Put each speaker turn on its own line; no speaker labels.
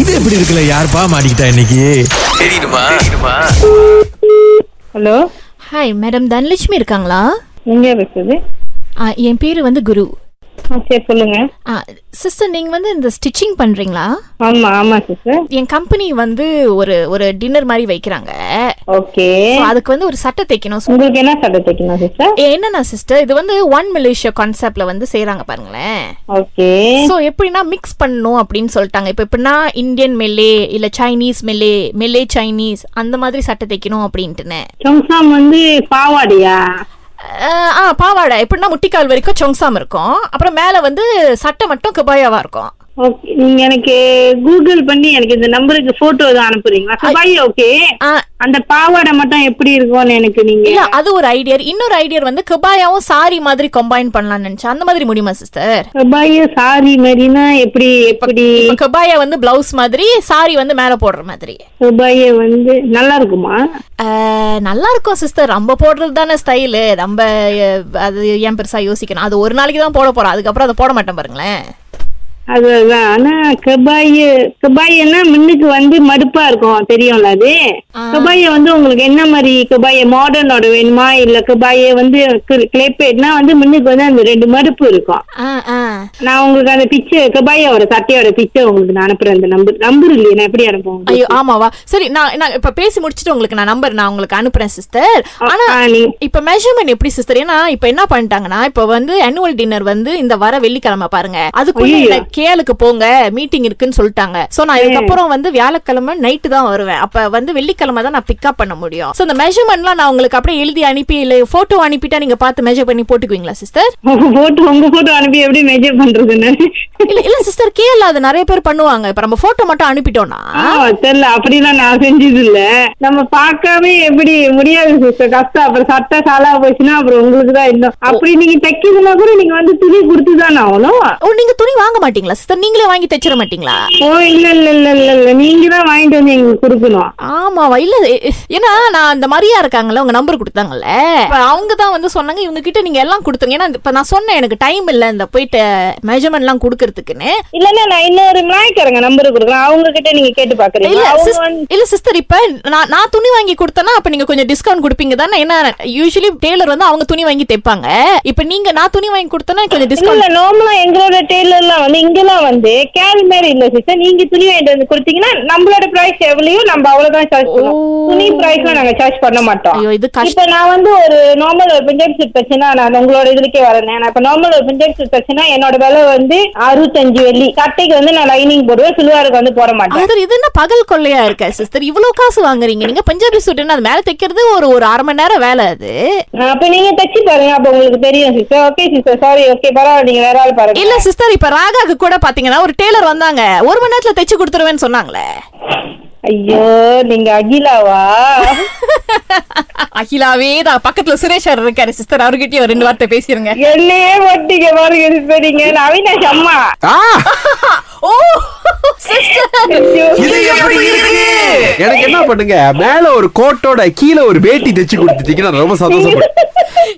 இது எப்படி இருக்குல்ல யாருப்பா மாட்டிக்கிட்டா இன்னைக்கு
தெரியுமா
ஹலோ
ஹாய் மேடம் தனலட்சுமி இருக்காங்களா
எங்க பேசுது
ஆ, என் பேர் வந்து குரு
ஆ, சரி சொல்லுங்க
சிஸ்டர் நீங்கள் வந்து இந்த ஸ்டிச்சிங் பண்ணுறீங்களா
ஆமா ஆமா சிஸ்டர்
என் கம்பெனி வந்து ஒரு ஒரு டின்னர் மாதிரி வைக்கிறாங்க
ஓகே
So, அதுக்கு வந்து ஒரு சட்டை தைக்கணும் So,
உங்களுக்கு என்ன சட்டை தைக்கணும் சிஸ்டர்
என்னன்னா சிஸ்டர் இது வந்து ஒன் மலேசியா கான்செப்ட்ல வந்து செய்கிறாங்க பாருங்களேன்
ஓகே
ஸோ எப்படின்னா மிக்ஸ் பண்ணணும் அப்படின்னு சொல்லிட்டாங்க இப்போ எப்படின்னா இந்தியன் மெல்லே இல்லை சைனீஸ் மெல்லே மெல்லே சைனீஸ் அந்த மாதிரி சட்டை தைக்கணும் அப்படின்ட்டுன்னு
சம்சாம் வந்து பாவாடியா
அஹ், ஆ பாவாடை எப்படின்னா முட்டிக்கால் வரைக்கும் சொங்சாம் இருக்கும் அப்புறம் மேலே வந்து சட்டை மட்டும் கபாயாவாக இருக்கும்
ஓகே நீங்க எனக்கு கூகுள் பண்ணி எனக்கு இந்த நம்பருக்கு போட்டோ எதுவும் அனுப்புறீங்களா சபாய் ஓகே
ஆ,
அந்த பாவாடை மட்டும் எப்படி இருக்கும்னு எனக்கு நீங்க
இல்ல அது ஒரு ஐடியா இன்னொரு ஐடியா வந்து கபாயாவும் சாரி மாதிரி கம்பைன் பண்ணலாம்னு நினைச்சேன் அந்த மாதிரி முடியுமா சிஸ்டர்
சபாய் சாரி மாதிரினா எப்படி எப்படி
கபாயா வந்து பிளவுஸ் மாதிரி சாரி வந்து மேல போடுற மாதிரி
சபாய வந்து நல்லா இருக்குமா
அஹ், நல்லா இருக்கும் சிஸ்டர் நம்ம போடுறது தானே ஸ்டைலு நம்ம அஹ், அது ஏன் பெருசா யோசிக்கணும் அது ஒரு நாளைக்கு தான் போட போறோம் அதுக்கப்புறம் அதை போட மாட்டேன் பாருங்களேன்
அதுதான் ஆனா கபாய் கபாயன்னா முன்னுக்கு வந்து மடுப்பா இருக்கும் தெரியும்ல அது கபாய வந்து உங்களுக்கு என்ன மாதிரி கபாய மாடர்னோட வேணுமா இல்ல கபாய வந்து கிளேப்பேட்னா வந்து முன்னுக்கு வந்து அந்த ரெண்டு மடுப்பு இருக்கும்
ஆ, ஆ.
நான் உங்களுக்கு அந்த பிக்சர் கபாயோட சட்டையோட பிக்சர் உங்களுக்கு நான் அனுப்புறேன் அந்த நம்பர் நம்பர் இல்லையே நான் எப்படி அனுப்புவோம்
ஐயோ ஆமாவா சரி நான் நான் இப்ப பேசி முடிச்சுட்டு உங்களுக்கு நான் நம்பர் நான் உங்களுக்கு அனுப்புறேன் சிஸ்டர் ஆனா இப்ப மெஷர்மெண்ட் எப்படி சிஸ்டர் ஏன்னா இப்ப என்ன பண்ணிட்டாங்கன்னா இப்ப வந்து ஆனுவல் டின்னர் வந்து இந்த வர வெள்ளிக்கிழமை பாருங்க அதுக்குள்ள
ஐயையோ.
என்ன கேளுக்கு போங்க மீட்டிங் இருக்குன்னு சொல்லிட்டாங்க சோ நான் இதுக்கப்புறம் வந்து வியாழக்கிழமை நைட்டு தான் வருவேன் அப்ப வந்து வெள்ளிக்கிழமை தான் நான் பிக்கப் பண்ண முடியும் சோ இந்த மெஷர்மெண்ட்லாம் நான் உங்களுக்கு அப்படியே எழுதி அனுப்பி இல்ல போட்டோ அனுப்பிட்டா நீங்க பார்த்து மெஷர் பண்ணி போட்டுக்குவீங்களா சிஸ்டர்
உங்க போட்டோ உங்க போட்டோ அனுப்பி எப்படி மெஜர் பண்றதுன்னு
இல்ல இல்ல சிஸ்டர் கேல அது நிறைய பேர் பண்ணுவாங்க இப்ப நம்ம போட்டோ மட்டும் அனுப்பிட்டோம்னா
ஆமா, தெரியல அப்படிலாம் நான் செஞ்சது இல்ல நம்ம பார்க்காம எப்படி முடியாது சிஸ்டர் கஷ்டம் அப்புறம் சட்டை சாலா போச்சுன்னா அப்புறம் உங்களுக்கு தான் இன்னும் அப்படி நீங்க தைக்கிறதுனா கூட நீங்க வந்து துணி கொடுத்து தானே ஆகணும்
ஓ நீங்க துணி வாங்க மாட்டீங்களா சிஸ்டர் நீங்களே வாங்கி தைச்சிட மாட்டீங்களா
ஓ இல்ல இல்ல இல்ல இல்ல இல்ல நீங்க தான் வாங்கிட்டு வந்து எங்களுக்கு கொடுக்கணும்
ஆமாவா இல்ல எ- எ- ஏன்னா நான் அந்த மரியா இருக்காங்கல்ல உங்க நம்பர் கொடுத்தாங்கல்ல அவங்க தான் வந்து சொன்னாங்க இவங்க கிட்ட நீங்க எல்லாம் கொடுத்துருங்க ஏன்னா இப்ப நான் சொன்னேன் எனக்கு டைம் இல்ல இந்த போயிட்டு மெஷர்மெண்ட் எல்லாம் கொடுக்கறதுக்குன்னு
இல்லன்னா நான் இன்னொரு நாய்க்காரங்க நம்பர் கொடுக்குறேன் அவங்க கிட்ட நீங்க கேட்டு பாக்குறீங்க
இல்ல
அவங்க
sis-
வந்து-
இல்ல சிஸ்டர் இப்ப நான் நான் துணி வாங்கி கொடுத்தேன்னா அப்ப நீங்க கொஞ்சம் டிஸ்கவுண்ட் கொடுப்பீங்க தானே ஏன்னா யூஸ்வலி டெய்லர் வந்து அவங்க துணி வாங்கி தைப்பாங்க இப்ப நீங்க நான் துணி வாங்கி கொடுத்தேன்னா கொஞ்சம்
இல்ல
டிஸ்கவுண்ட்
இல்ல நார்மலா எங்களோட டெய்லர்லாம் வந்து இங்கெல்லாம் வந்து கேரி மாதிரி இல்ல சிஸ்டர் நீங்க துணி வாங்கிட்டு வந்து கொடுத்தீங்கன்னா நம்மளோட பிரைஸ் எவ்வளவு நம்ம அவ்வளவுதான் சார்ஜ் பண்ணுவோம்
ஓ.
துணி பிரைஸ்லாம் நாங்க சார்ஜ் பண்ண மாட்டோம்
ஐயோ, இது கஷ்டம்.
இப்ப நான் வந்து ஒரு நார்மல் ஒரு பஞ்சாப் செட் தச்சுன்னா நான் உங்களோட இதுலக்கே வரேன் நான் இப்ப நார்மல் ஒரு பஞ்சாப் செட் தச்சுன்னா என்னோட விலை வந்து அறுபத்தஞ்சு வெள்ளி சட்டைக்கு வந்து நான் லைனிங் போடுவேன் சில்வாருக்கு வந்து போட மாட்டேன்
அது இது என்ன பகல் கொள்ளையா இருக்க சிஸ்டர் இவ்வளவு காசு வாங்குறீங்க நீங்க பஞ்சாபி சூட்டுன்னு அது மேல தைக்கிறது ஒரு ஒரு அரை மணி நேரம் வேலை அது
அப்ப நீங்க தச்சு பாருங்க அப்ப உங்களுக்கு தெரியும் sister okay sister sorry okay பரவாயில்ல நீங்க வேற ஆள் பாருங்க
இல்ல சிஸ்டர் இப்ப ராகாக்கு கூட பாத்தீங்கன்னா ஒரு டெய்லர் வந்தாங்க ஒரு மணி நேரத்துல தைச்சு கொடுத்துருவேன்னு சொன்னாங்களே
ஐயோ நீங்க அகிலாவா
அகிலாவே தான் பக்கத்துல சுரேஷ் சார் இருக்காரு சிஸ்டர் அவர்கிட்டயும் ஒரு ரெண்டு வார்த்தை பேசிருங்க
என்னையே ஒட்டிக்க பாருங்க sister நீங்க நான் அவினாஷ் அம்மா
ஆ
ஓ சிஸ்டர்
ஐயோ.
இது எப்படி இருக்கு எனக்கு என்ன பண்ணுங்க மேல ஒரு கோட்டோட கீழே ஒரு வேட்டி தைச்சு கொடுத்துட்டீங்கன்னா நான் ரொம்ப சந்தோஷப்படுறேன்